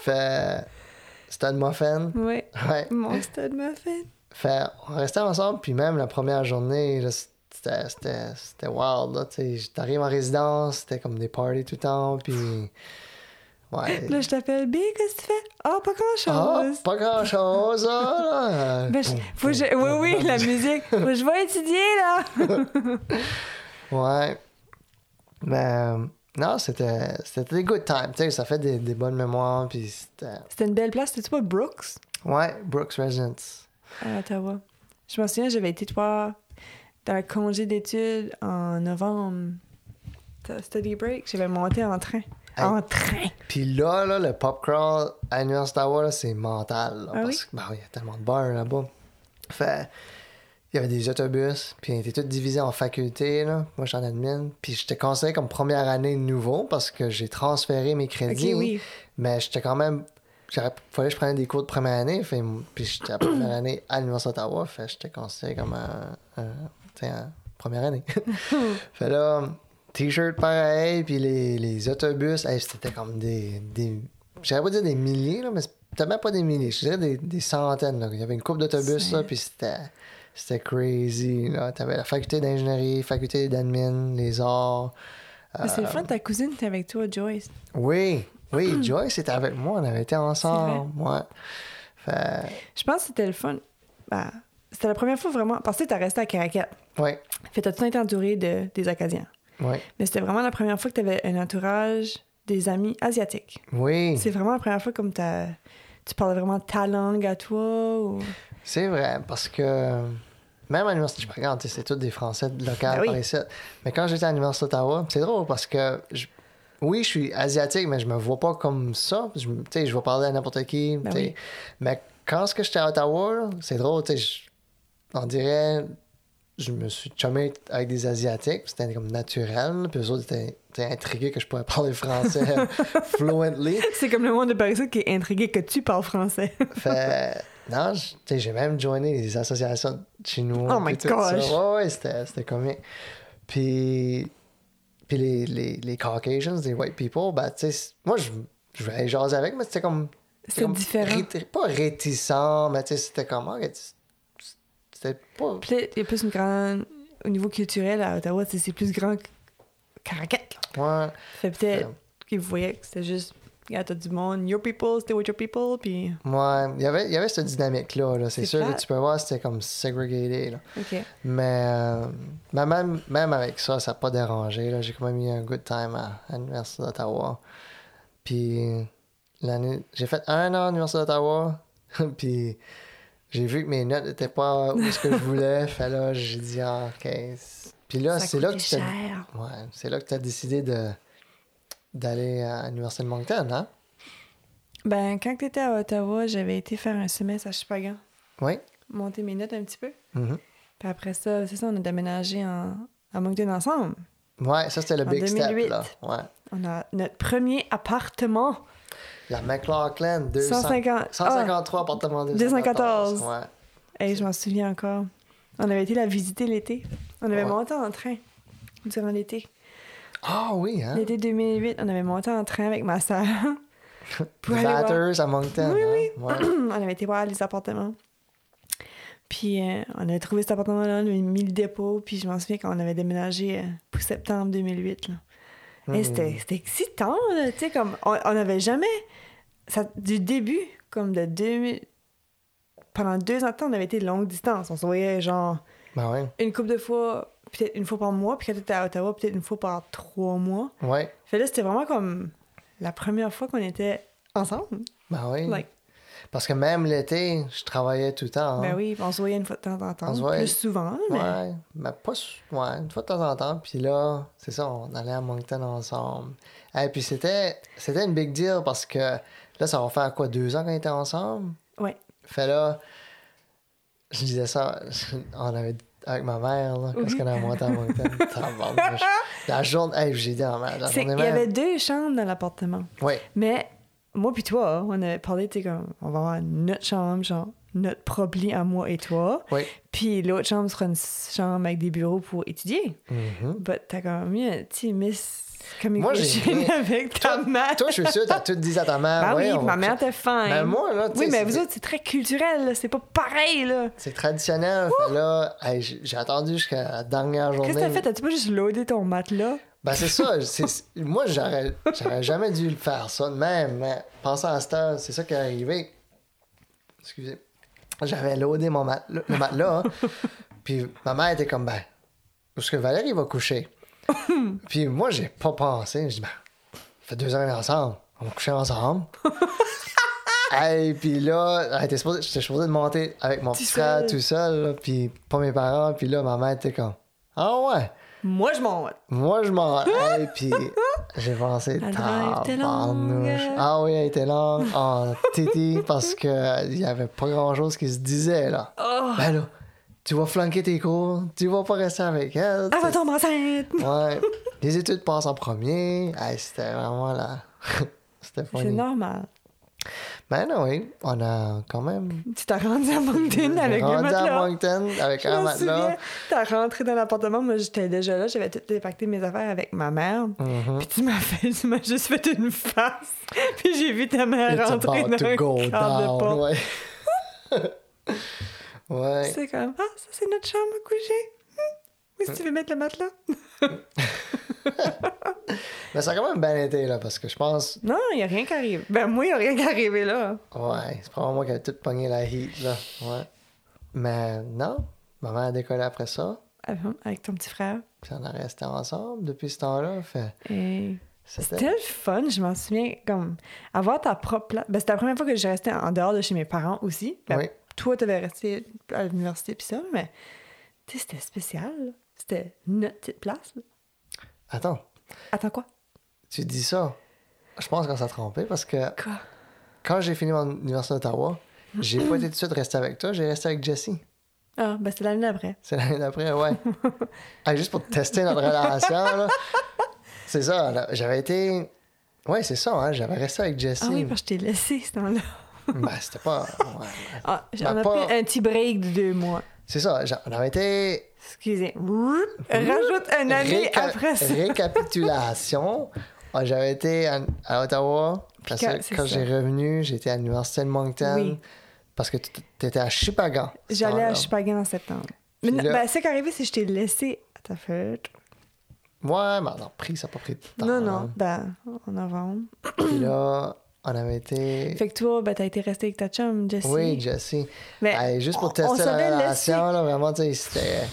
Fait... Stud Muffin.
Ouais.
Ouais.
Mon stud muffin.
Fait, on restait ensemble, puis même la première journée, là, c'était, c'était, c'était wild, là, tu sais. T'arrives en résidence, c'était comme des parties tout le temps, puis... Ouais.
Là, je t'appelle B, qu'est-ce que tu fais? Ah, pas
Ah,
grand-chose.
pas grand-chose, hein, là!
*laughs* Ben, je- faut que je... Oui, oui,
*laughs*
la musique. Faut que je vais étudier, là.
Ouais. Ben, non, c'était, c'était des good times, tu sais, ça fait des, des bonnes mémoires, puis c'était...
C'était une belle place. C'était-tu pas Brooks
Ouais, Brooks Residence.
à Ottawa? Ah, Je m'en souviens, j'avais été, toi, dans le congé d'études en novembre. T'as study break. J'avais monté en train.
Hey.
En train!
Puis là, là, le pop crawl à l'Université d'Ottawa, là, c'est mental. là,
Ah
parce
oui?
que, ben oui, il y a tellement de bars là-bas. Fait, il y avait des autobus, puis on était tous divisés en facultés. Là. Moi, j'étais en admin. Puis j'étais conseillé comme première année nouveau parce que j'ai transféré mes
Ok,
crédits.
oui.
Mais j'étais quand même. j'aurais- Fallait que je prenne des cours de première année. Fait, puis j'étais à première année à l'Université d'Ottawa. Fait, j'étais conseillé comme un. un- tu sais, un- première année. Fait là, t-shirt pareil, puis les, les autobus, hey, c'était comme des. des J'allais pas dire des milliers, là, mais c'est peut-être même pas des milliers, je dirais des, des centaines. Là. Il y avait une coupe d'autobus,
C'est-
là, puis c'était. C'était crazy. Là. T'avais la faculté d'ingénierie, faculté d'admin, les arts.
Ah, C'est le fun, ta cousine était avec toi, Joyce.
Oui, oui, *clears throat* Joyce était avec moi, on avait été ensemble. Ouais. Fait,
Je pense que c'était le fun. Bah, c'était la première fois vraiment. Parce que t'as resté à Caracat.
ouais,
Fait que t'as tout le temps été entouré de, des Acadiens.
ouais.
Mais c'était vraiment la première fois que t'avais un entourage des amis asiatiques.
Oui,
C'est vraiment la première fois comme t'as... Tu parlais vraiment ta langue à toi ou...
c'est vrai, parce que. Même à l'Université du Pagant, c'est tous des Français locaux
Ben oui.
par ici. Mais quand j'étais à l'Université d'Ottawa, c'est drôle parce que je- oui, je suis asiatique, mais je me vois pas comme ça. Je, tu sais, je vais parler à n'importe qui.
Ben
tu sais.
oui.
Mais quand ce que j'étais à Ottawa, là, c'est drôle, tu sais, je- on dirait, je me suis chumé avec des asiatiques, puis c'était comme naturel. Puis eux autres étaient, étaient intrigués que je pourrais parler
*laughs*
français fluently.
C'est comme le monde de Paris qui est intrigué que tu parles français.
Fait, non, je- tu sais, j'ai même joigné les associations chinoises.
Oh my gosh.
Ouais, ouais, c'était c'était comique. Puis, puis les, les, les Caucasians, les white people, ben, tu sais, c'est- moi, je, je voulais jaser avec, mais c'était comme.
*laughs* C'est
comme
différent.
réti- pas réticent, mais tu sais, c'était comme. ah, tu- C'était pas.
Puis là, il y a plus une grande... Au niveau culturel, à Ottawa, c'est c'est plus grand que Caracat. là.
Ouais,
Fait peut-être qu'ils voyaient que c'était juste... Regarde, t'as du monde. Your people, stay with your people. Puis...
ouais. Il y avait, il y avait cette dynamique-là, là. c'est
C'est
sûr
plate.
que tu peux voir, c'était comme segregated. Là.
OK.
Mais, euh, mais même, même avec ça, ça n'a pas dérangé. là. J'ai quand même eu un good time à, à l'Université d'Ottawa. Puis l'année, j'ai fait un an à l'Université d'Ottawa. *laughs* puis j'ai vu que mes notes n'étaient pas où ce que je
*laughs*
voulais. fait là, j'ai dit, ah, OK. Puis là,
Ça
c'est là, que
coûtait
tu t'as-
cher.
ouais, c'est là que tu as décidé de, d'aller à l'Université de Moncton, hein?
Ben, quand t'étais à Ottawa, j'avais été faire un semestre à Chupagan.
Oui.
Monter mes notes un petit peu.
Mhm.
Puis après ça, c'est ça, on a déménagé en, à Moncton ensemble.
Ouais, ça, c'était le
En
big step,
2008.
là. Ouais.
On a notre premier appartement.
La McLaughlin, 200
150
153 appartements 214.
214.
Ouais.
Hey, je m'en souviens encore. On avait été la visiter l'été. On avait
Ouais.
monté en train durant l'été.
Ah oui, hein?
L'été 2008, on avait monté en train avec ma sœur. *clears throat* pour
Les
aller voir-
batters à Moncton.
Oui,
hein? Ouais.
on avait été voir les appartements. Puis euh, on avait trouvé cet appartement-là, on avait mis le dépôt. Puis je m'en souviens quand on avait déménagé euh, pour septembre 2008. là.
Hmm.
Et Eh,
Mm.
c'était c'était excitant, là, tu sais, comme on on n'avait jamais... Ça, du début, comme de 2000... Pendant deux ans de temps, on avait été longue distance. On se voyait genre
Ben ouais.
une couple de fois, peut-être une fois par mois, puis quand t'étais à Ottawa, peut-être une fois par trois mois.
Ouais.
Fait là, c'était vraiment comme la première fois qu'on était ensemble.
Ben oui.
Like,
Parce que même l'été, je travaillais tout le temps. hein.
ben oui, on se voyait une fois de temps en temps.
On se voyait.
Plus souvent, mais.
Ouais, mais pas sou- ouais, une fois de temps en temps. Puis là, c'est ça, on allait à Moncton ensemble. Et puis c'était, c'était une big deal parce que là, ça va faire quoi, deux ans qu'on était ensemble?
Ouais.
Fait là, je disais ça, *laughs* on avait avec ma mère, là,
Oui.
qu'est-ce qu'on a monté à Moncton?
*laughs*
Tabarnouche. la journée, hey, j'ai dit à ma mère, la
C'est-
journée
Il y
même.
avait deux chambres dans l'appartement.
Oui,
Mais moi puis toi, on avait parlé, tu sais, comme, on va avoir notre chambre, genre, notre propre lit à moi et toi. *laughs*
oui.
Puis l'autre chambre sera une chambre avec des bureaux pour étudier.
Mhm.
But t'as quand même, tu sais, miss
Moi, j'ai-
communication *laughs* avec ta mère.
Toi, je suis sûr, t'as tout dit à ta mère.
Ben
ouais,
oui,
on
ma
va-
mère était fine.
Ben moi, là, tu
oui,
sais,
mais
c'est-
vous autres, c'est très culturel, là. C'est pas pareil, là.
C'est traditionnel. Fait là, hey, j'ai j'ai attendu jusqu'à la dernière journée.
Qu'est-ce que t'as fait? T'as-tu pas juste loadé ton matelas?
Ben, c'est ça. c'est- Moi, j'aurais j'aurais jamais dû le faire ça de même. Mais pensant à cette heure, c'est ça qui est arrivé. Excusez. J'avais loadé mon matelas, le matelas. hein. Puis ma mère était comme, ben, parce que Valérie va coucher. Puis moi, j'ai pas pensé. Je dis, ben, ça fait deux ans qu'on est ensemble. On va coucher ensemble. Et puis là, elle était supposée- j'étais supposé de monter avec mon petit frère
seul.
tout seul, là, puis pas mes parents. Puis là, ma mère était comme, ah ouais.
Moi, je m'en
Moi, je
*laughs*
m'en hey, puis j'ai pensé
La drive était longue.
tabarnouche. Ah oui, elle était longue en titi parce que il y avait pas grand-chose qui se disait là.
Oh.
Ben là, tu vas flanquer tes cours, tu vas pas rester avec elle.
Elle Ah, va tomber enceinte!
tu- ouais. Les études passent en premier. Hey, c'était vraiment là. *laughs* c'était
C'est
funny.
normal.
Ben non, oui, on a quand même
Tu t'es rendu à Moncton avec le
rendu à
matelas.
Moncton avec
Je
un
m'en souviens.
matelas.
T'as rentré dans l'appartement. Moi, j'étais déjà là. J'avais tout dépacté mes affaires avec ma mère.
Mhm.
Puis tu m'as fait, tu m'as juste fait une face. *laughs* Puis j'ai vu ta mère
It's
rentrer
about
dans
to
un
go
cadre de porte.
down. Ouais. *laughs* ouais.
C'est comme, ah, ça, c'est notre chambre à coucher. Hmm.
Mm.
Oui, si tu veux mettre le matelas.
Mais ça a quand même bien été, là, parce que je pense,
Non, il n'y a rien qui arrive. Ben, moi, il n'y a rien qui arrivé là.
ouais, c'est probablement moi qui a tout pogné la heat, là, ouais. Mais non, maman a décollé après ça,
Avec ton petit frère.
puis on a resté ensemble depuis ce temps-là, fait,
Et...
c'était...
C'était le fun, je m'en souviens. Comme avoir ta propre place. Ben, c'était la première fois que j'ai resté en dehors de chez mes parents aussi. Ben,
Oui.
Toi, t'avais resté à l'université puis ça, mais tu sais, c'était spécial. là. C'était notre petite place. là.
Attends,
Attends quoi?
tu dis ça, je pense qu'on s'est trompé, parce que
Quoi?
quand j'ai fini mon université d'Ottawa, j'ai pas été tout de suite resté avec toi, j'ai resté avec Jessie.
Ah, ben c'est l'année d'après.
C'est l'année d'après, ouais.
*laughs*
Ah, juste pour tester notre relation, là. C'est ça, là, j'avais été... Ouais, c'est ça, hein, j'avais resté avec Jessie.
Ah oui, parce que je t'ai laissé ce temps-là.
Ben, c'était pas... ouais.
Ah, j-
Ben,
on a
pas-
pris un petit break de deux mois.
C'est ça, genre, on avait été.
Excusez. Roup, Rajoute un année
réca-
après ça. *laughs*
Récapitulation. Ah, J'avais été à, à Ottawa. Parce
quand-
que
c'est
quand
ça.
j'ai revenu, j'étais à l'Université de Moncton.
Oui.
Parce que tu étais à Chipagan. ce
J'allais
temps-là.
à Chupagan en septembre. Mais
Puis
non,
là-
ben, ce qui est arrivé, c'est que je t'ai laissé à ta fête.
Ouais, mais on a pris, ça n'a pas pris de temps. hein.
Non, non, ben, en novembre.
Puis là, on avait été.
Fait que toi, ben, t'as été resté avec ta chum, Jessie.
Oui, Jessie.
Mais
Hey, juste pour
on- on
tester la
savait
relation, là, vraiment, tu sais, c'était.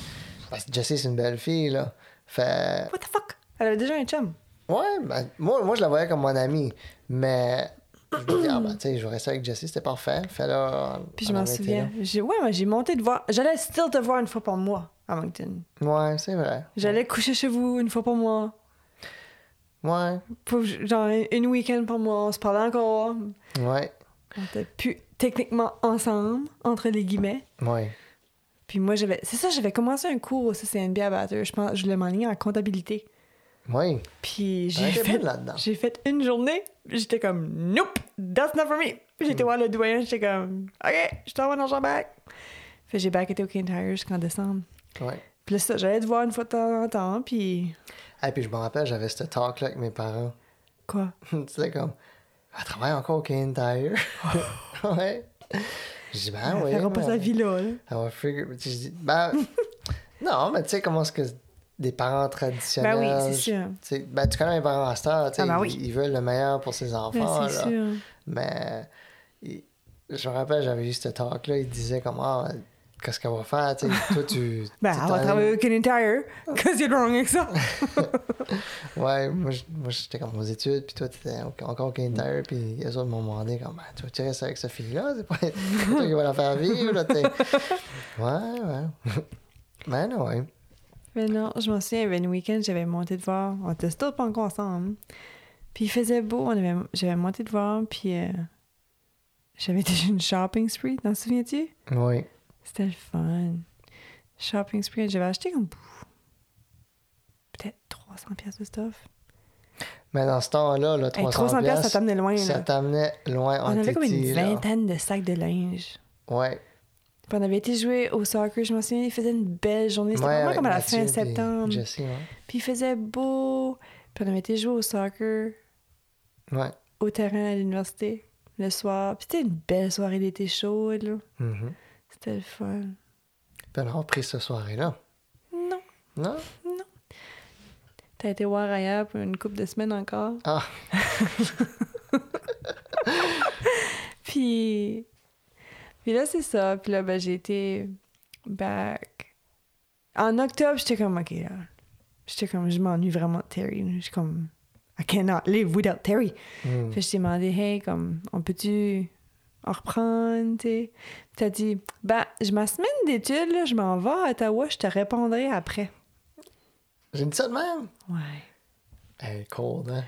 Parce que Jessie, c'est une belle fille, là. Fait.
What the fuck? Elle avait déjà un chum.
Ouais, ben, moi, moi, je la voyais comme mon amie. Mais je me dis, ah, ben, tu sais, je vais rester avec Jessie, c'était parfait. Fait là. on-
Puis je
on
m'en
avait été
souviens. J'ai- Ouais, moi, j'ai monté te voir. J'allais still te voir une fois par mois à Moncton.
là. Ouais, c'est vrai.
J'allais coucher chez vous une fois par mois.
Ouais,
Pour, genre, une- une week-end par mois. On se parlait encore.
ouais,
On était plus techniquement ensemble, entre les guillemets.
ouais.
Puis moi, j'avais. C'est ça, j'avais commencé un cours au CCNB à Bathurst. Je pense je voulais m'enligner en comptabilité.
Ouais.
Puis
Ah,
j'ai
t'es
fait,
bonne là-dedans.
j'ai fait une journée, j'étais comme nope, that's not for me. Puis
Hmm.
J'étais voir le doyen, j'étais comme ok, je t'envoie mon argent back. Fait que j'ai back été au King Tires jusqu'en décembre.
ouais.
Puis là, ça, j'allais te voir une fois de temps en temps, puis
Et puis je me rappelle, j'avais ce talk-là avec mes parents. *laughs*
quoi.
tu sais, comme, elle travaille encore au Cane Tire. *laughs* ouais. Je dis, ben
Elle
oui.
fera pas
mais-
sa vie là. là.
Elle va figure. Je dis, ben.
*laughs*
non, mais tu sais, comment est-ce que des parents traditionnels.
Ben oui, c'est sûr.
tu sais, Ben, tu connais mes parents à cette heure, tu sais,
Ah ben oui.
ils, ils veulent le meilleur pour ses
Ben,
enfants.
c'est
là.
sûr.
Mais il- je me rappelle, j'avais eu ce talk-là, il disait comme, ah, qu'est-ce qu'elle va faire, tu sais. Toi, tu.
*laughs* Ben,
tu
elle va
t'en-
travailler au Canadian Tire, cause you're wrong avec
*laughs*
ça.
Ouais, moi, je- moi, j'étais comme aux études, puis toi, t'étais au- encore au Canadian Tire, puis les autres m'ont demandé, comme, ben, tu tu restes avec ce fille-là,
*laughs*
c'est pas c'est pas toi qui va la faire vivre, là, t'es. Ouais, ouais. *laughs* Ben, ouais.
Mais non, je m'en souviens, il y avait un week-end, j'avais monté de voir. On était tous pas encore ensemble. Puis il faisait beau, on avait, j'avais monté de voir, puis euh, j'avais été sur une shopping spree, t'en souviens-tu?
Oui.
C'était le fun. Shopping spree, j'avais acheté comme pff, peut-être 300 pièces de stuff.
Mais dans ce temps-là, là,
Hey,
300,
300 pièces, ça
piastres,
t'amenait loin.
ça
Là.
t'amenait loin.
On avait comme une
t'était, là.
vingtaine de sacs de linge.
Ouais.
Puis on avait été jouer au soccer, je m'en souviens, il faisait une belle journée. C'était
Ouais,
vraiment
avec
comme à la
Mathieu
fin
puis
septembre.
Jesse, ouais.
Puis il faisait beau. Puis on avait été jouer au soccer.
Ouais.
au terrain à l'université le soir. Puis c'était une belle soirée d'été chaude, là.
Mhm.
C'était le fun.
Puis alors, on a pris ce soirée-là.
Non.
Non?
T'as été voir ailleurs pour une couple de semaines encore.
Ah.
*laughs* Puis... Puis là, c'est ça. Puis là, ben, j'ai été back. En octobre, j'étais comme, OK, là. J'étais comme, je m'ennuie vraiment de Terry. Je suis comme, I cannot live without Terry.
Hmm.
Fait que je t'ai demandé, hey, comme, on peut-tu en reprendre, tu sais? Puis t'as dit, ben, je ma semaine d'études, là, je m'en vais à Ottawa, je te répondrai après.
J'ai dit ça de même.
Ouais.
Elle est cold, hein?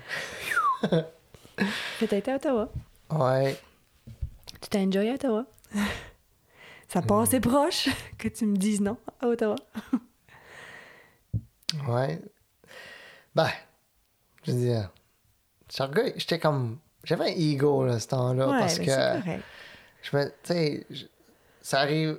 Fait que t'as été à Ottawa.
Ouais.
Tu t'as enjoyé à Ottawa. *laughs* Ça passait proche *laughs* que tu me dises non à Ottawa.
Ouais. Ben, je veux dire, je regarde- j'étais comme. J'avais un ego, là, ce temps-là,
ouais,
Ah, parce
ben, c'est
que.
correct.
Je me. Tu sais, je- ça arrive.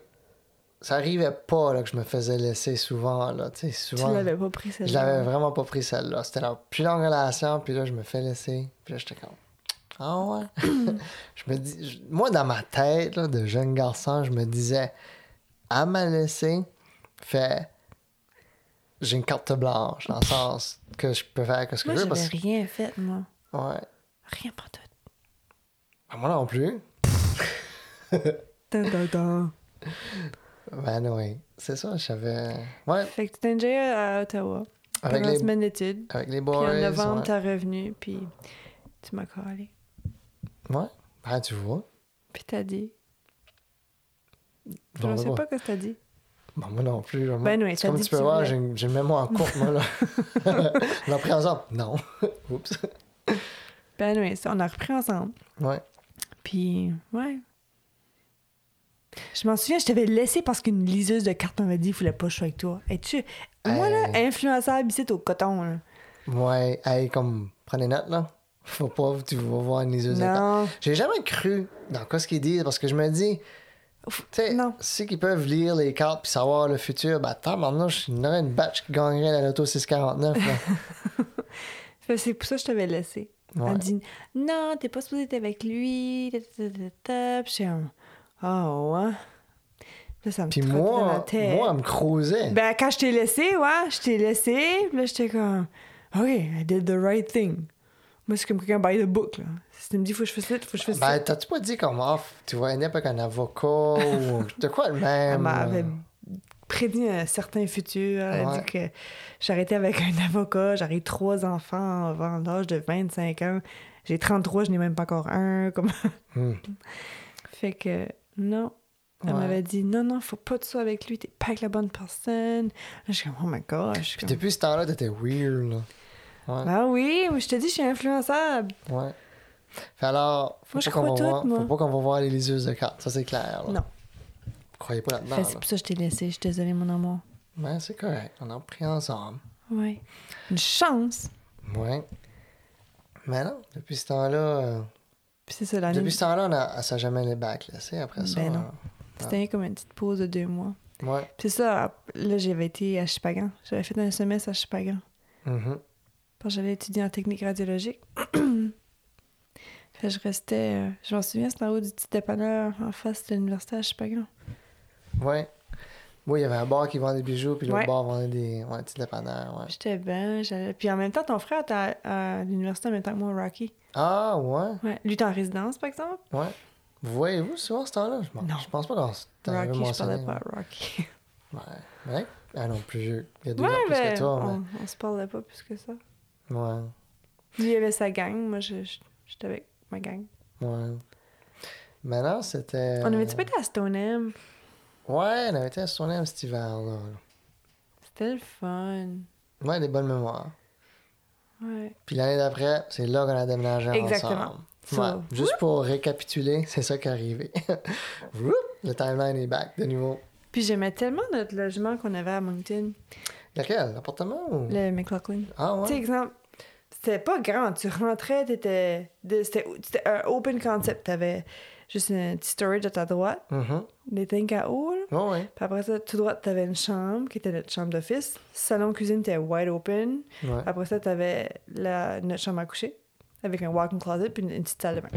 Ça arrivait pas, là, que je me faisais laisser souvent, là. Tu sais, souvent.
Tu l'avais pas pris, celle
Je l'avais vraiment pas pris celle-là. C'était la plus longue relation, puis là, je me fais laisser. Puis là, j'étais comme. Ah
*clears throat*
ouais. *laughs* je me dis. je- Moi, dans ma tête, là, de jeune garçon, je me disais, à m'a laissé, fait. J'ai une carte blanche, dans le sens que je peux faire que ce que
Moi,
je
j'avais
veux. Parce... que-
rien fait, moi.
Ouais.
Rien pour toi.
Ben, moi non plus.
Dun, dun, dun.
Ben oui. C'est ça, j'avais. Ouais,
*laughs* Fait que tu t'es enjoyé à Ottawa pendant
avec
la
les,
semaine d'études.
avec les
Puis
boys.
en novembre,
ouais.
t'as revenu, puis tu m'as collé.
Ouais. Ben, tu vois.
Puis t'as dit. Je
Bon,
ne sais
bon.
pas ce que t'as dit.
Bon, moi non plus. là, moi,
Ben oui,
c'est
t'as
comme
dit
tu
que
peux
tu
voir,
voulais.
j'ai j'ai même moi en courte, moi, là.
*laughs*
*laughs* On l'a pris ensemble. Non. *laughs* Oups.
Ben oui, ça, on a repris ensemble.
Ouais.
Puis, ouais. Je m'en souviens, je t'avais laissé parce qu'une liseuse de cartes m'avait dit qu'il voulait pas que je sois avec toi. Et tu Moi, là, influençable, ici, au coton. là.
Ouais. Hey, comme, prenez note, là. Faut pas, tu vas voir une liseuse de temps.
Non.
J'ai jamais cru dans quoi ce qu'ils disent, parce que je me dis, tu sais,
Non.
ceux qui peuvent lire les cartes puis savoir le futur, ben, attends, maintenant, je n'aurais une batch qui gagnerait la loto 649, là.
Fait que C'est pour ça que je t'avais laissé.
Ouais.
*laughs* Elle dit Non, t'es pas supposé être avec lui. ta, ta, ta, ta, ta. Puis j'étais comme, Oh, ouais. Puis là, ça me
Puis
trottait dans la
moi,
tête.
moi, elle me croisait.
Ben, quand je t'ai laissé, ouais, je t'ai laissé. Puis là, j'étais comme, OK, I did the right thing. Moi, c'est comme quelqu'un by the book, là. Si tu me dis, faut que je fasse ça, faut que je fasse
Ben,
ça.
t'as-tu pas dit comme, oh, tu vas être avec un avocat ou de quoi le
Elle
même? euh,
m'avait
là?
prédit un certain futur. Elle a
Ouais.
dit que j'arrêtais avec un avocat, j'aurais trois enfants avant l'âge de 25 ans. J'ai 33, je n'ai même pas encore un. *laughs* Comme...
Hmm.
Fait que, non. Elle
Ouais.
m'avait dit, non, non, faut pas de ça avec lui, t'es pas avec la bonne personne. Là, je suis comme, oh my gosh.
Puis depuis ce temps-là, t'étais weird, là. Ouais,
Ah oui, je te dis, je suis influençable.
ouais. Fait alors, faut
Moi, je
pas qu'on va
crois tout,
voir,
moi.
faut pas qu'on va voir les liseuses de cartes, ça c'est clair. là.
Non.
Vous croyez pas là-dedans,
Fait,
là.
c'est pour ça que je t'ai laissé. Je suis désolée, mon amour.
Ouais, c'est correct, on a pris ensemble.
Oui. Une chance.
Ouais. Mais non, depuis ce temps-là, euh,
Puis c'est ça, l'année.
depuis ce temps-là, on a, ça a jamais les backlassés après ça.
Ben non.
hein.
C'était comme une petite pause de deux mois.
Ouais.
Puis c'est ça, là, j'avais été à Chipagan. J'avais fait un semestre à Chipagan.
Mhm.
Parce que j'allais étudier en technique radiologique. *clears throat* fait que je restais. euh, je m'en souviens, c'était en haut du petit dépanneur en face de l'université à Chipagan.
Ah. Ouais. Moi, il y avait un bar qui vendait des bijoux, puis l'autre
Ouais.
bar vendait des ouais, petits dépanneurs, ouais.
J'étais bien. j'allais- Puis en même temps, ton frère était à, à l'université en même temps que moi, Rocky.
Ah, ouais,
Ouais. Lui, t'es en résidence, par exemple.
ouais. Voyez-vous souvent ce temps-là? Je, pense-
Non.
je pense pas qu'on s- t'avait
Rocky, je
mentionné.
parlais pas à *laughs* Rocky.
Ouais. Ouais. Ah non, plus vieux. Il y a deux
Ouais,
ans plus
ben,
que toi,
on, on se parlait pas plus que ça.
mais. Ouais.
Lui, il avait sa gang. Moi, je- je- j'étais avec ma gang.
Ouais. Mais non, c'était.
On avait-tu pas été à Stoneham?
Ouais, on avait été à Stoneham cet hiver, là.
C'était le fun.
Ouais, des bonnes mémoires.
Ouais.
Puis l'année d'après, c'est là qu'on a déménagé
Exactement.
ensemble.
So-
Ouais. Juste pour récapituler, *laughs* c'est ça qui est arrivé. Whoop! Le timeline est back de nouveau.
Puis j'aimais tellement notre logement qu'on avait à Moncton,
Lequel? L'appartement ou...
le McLaughlin.
Ah ouais?
Tu sais, exemple, c'était pas grand. Tu rentrais, t'étais. de- C'était c'était un open concept. T'avais juste un petit storage à ta droite,
Mhm.
des tanks à eau, là.
Ouais, ouais.
Puis après ça, tout droit, t'avais une chambre qui était notre chambre d'office. Salon-cuisine était wide open.
Ouais.
Après ça, t'avais la... notre chambre à coucher avec un walk-in closet puis une, une petite salle de bain.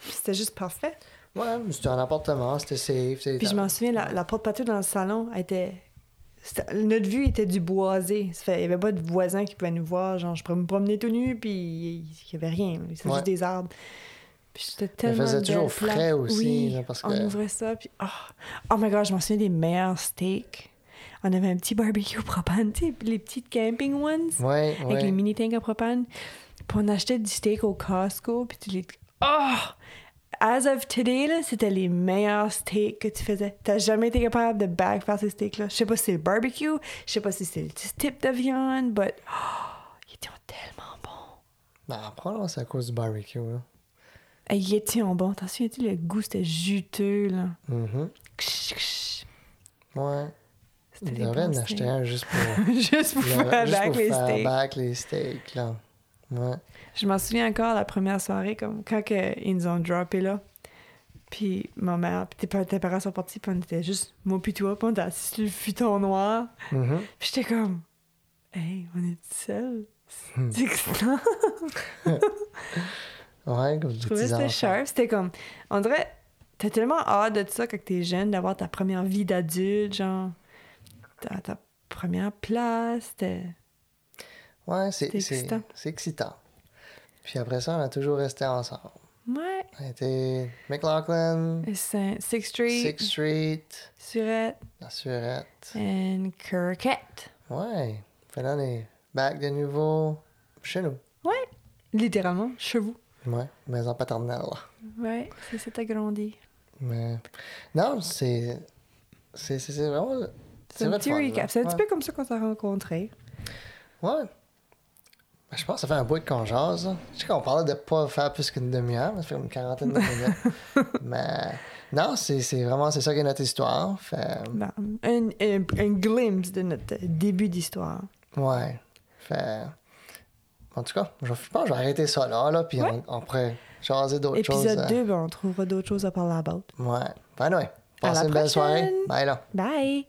C'était juste parfait.
Ouais, mais c'était un appartement, c'était safe. c'était-
Puis je m'en souviens, la, la porte patio dans le salon elle était. c'était- Notre vue était du boisé. Ça fait- Il n'y avait pas de voisins qui pouvaient nous voir. Genre, je pourrais me promener tout nu, puis il n'y avait rien. C'était
Ouais.
juste des arbres. Puis c'était
Il
tellement.
faisait
belle
toujours
place.
frais aussi,
Oui,
là, parce que.
On ouvrait ça, puis oh, oh my god, je m'en souviens des meilleurs steaks. On avait un petit barbecue au propane, tu sais, les petites camping ones
Ouais,
avec
ouais.
les mini tanks à propane. Puis on achetait du steak au Costco, puis tu les... Oh! As of today, là, c'était les meilleurs steaks que tu faisais. T'as jamais été capable de back faire ces steaks-là. Je sais pas si c'est le barbecue, je sais pas si c'est le type de viande, but... Oh! Ils étaient tellement bons!
Non, Bah, probablement c'est à cause du barbecue, là.
Hey, Ils étaient bons. T'en souviens-tu, le goût, c'était juteux, là.
Mhm.
Ksh, ksh.
Ouais.
C'était
Il
des
devrait en
bons
acheter
steaks.
un juste *laughs* pour.
*laughs* Juste pour
Il devrait-
faire
juste
back
pour
les
faire
steaks.
back les steaks, là. Ouais.
Je m'en souviens encore la première soirée, comme quand que, ils nous ont droppé là. Puis ma mère, puis tes, pa- tes parents sont partis, puis on était juste moi puis toi, puis on était assis sur le futon noir.
Mhm.
Puis j'étais comme, hey, on est tout seul.
Hmm. *laughs*
C'est excitant.
Ouais, comme des
Je trouvais
petits
ça
enfants.
sharp. C'était comme, on dirait, t'as tellement hâte de ça quand t'es jeune, d'avoir ta première vie d'adulte, genre, ta, ta première place. c'était-
Ouais, c'est
C'est
c'est-
excitant.
C'est excitant. Puis après ça, on a toujours resté ensemble.
Ouais.
On a été McLaughlin,
Et Saint- Sixth Street,
Sixth Street,
Surette,
La Surette.
and Croquette.
Ouais. Fait là, on est back de nouveau chez nous.
Littéralement, chez vous.
Ouais, maison paternelle.
Ouais, c'est ça, t'as grandi.
Mais non, c'est. C'est c'est- c'est vraiment.
C'est un
votre
petit
fun, là.
recap. C'est un petit
Ouais.
peu comme ça qu'on s'est rencontrés.
Ouais. Ben, Je pense que ça fait un bout de qu'on jase. là. Je sais qu'on parlait de pas faire plus qu'une demi-heure, mais ça fait une quarantaine de minutes.
*laughs*
mais non, c'est c'est vraiment c'est ça qui est notre histoire. Fait,
Ben, un, un, un glimpse de notre début d'histoire.
ouais. Fait, en tout cas, je je pense que je vais arrêter ça là, là puis
Ouais.
on, on pourrait jaser d'autres choses.
Épisode
euh,
2, ben, on trouvera d'autres choses à parler about.
Ouais. Ben ouais.
À la
Passez une belle soirée.
prochaine.
Bye là.
Bye!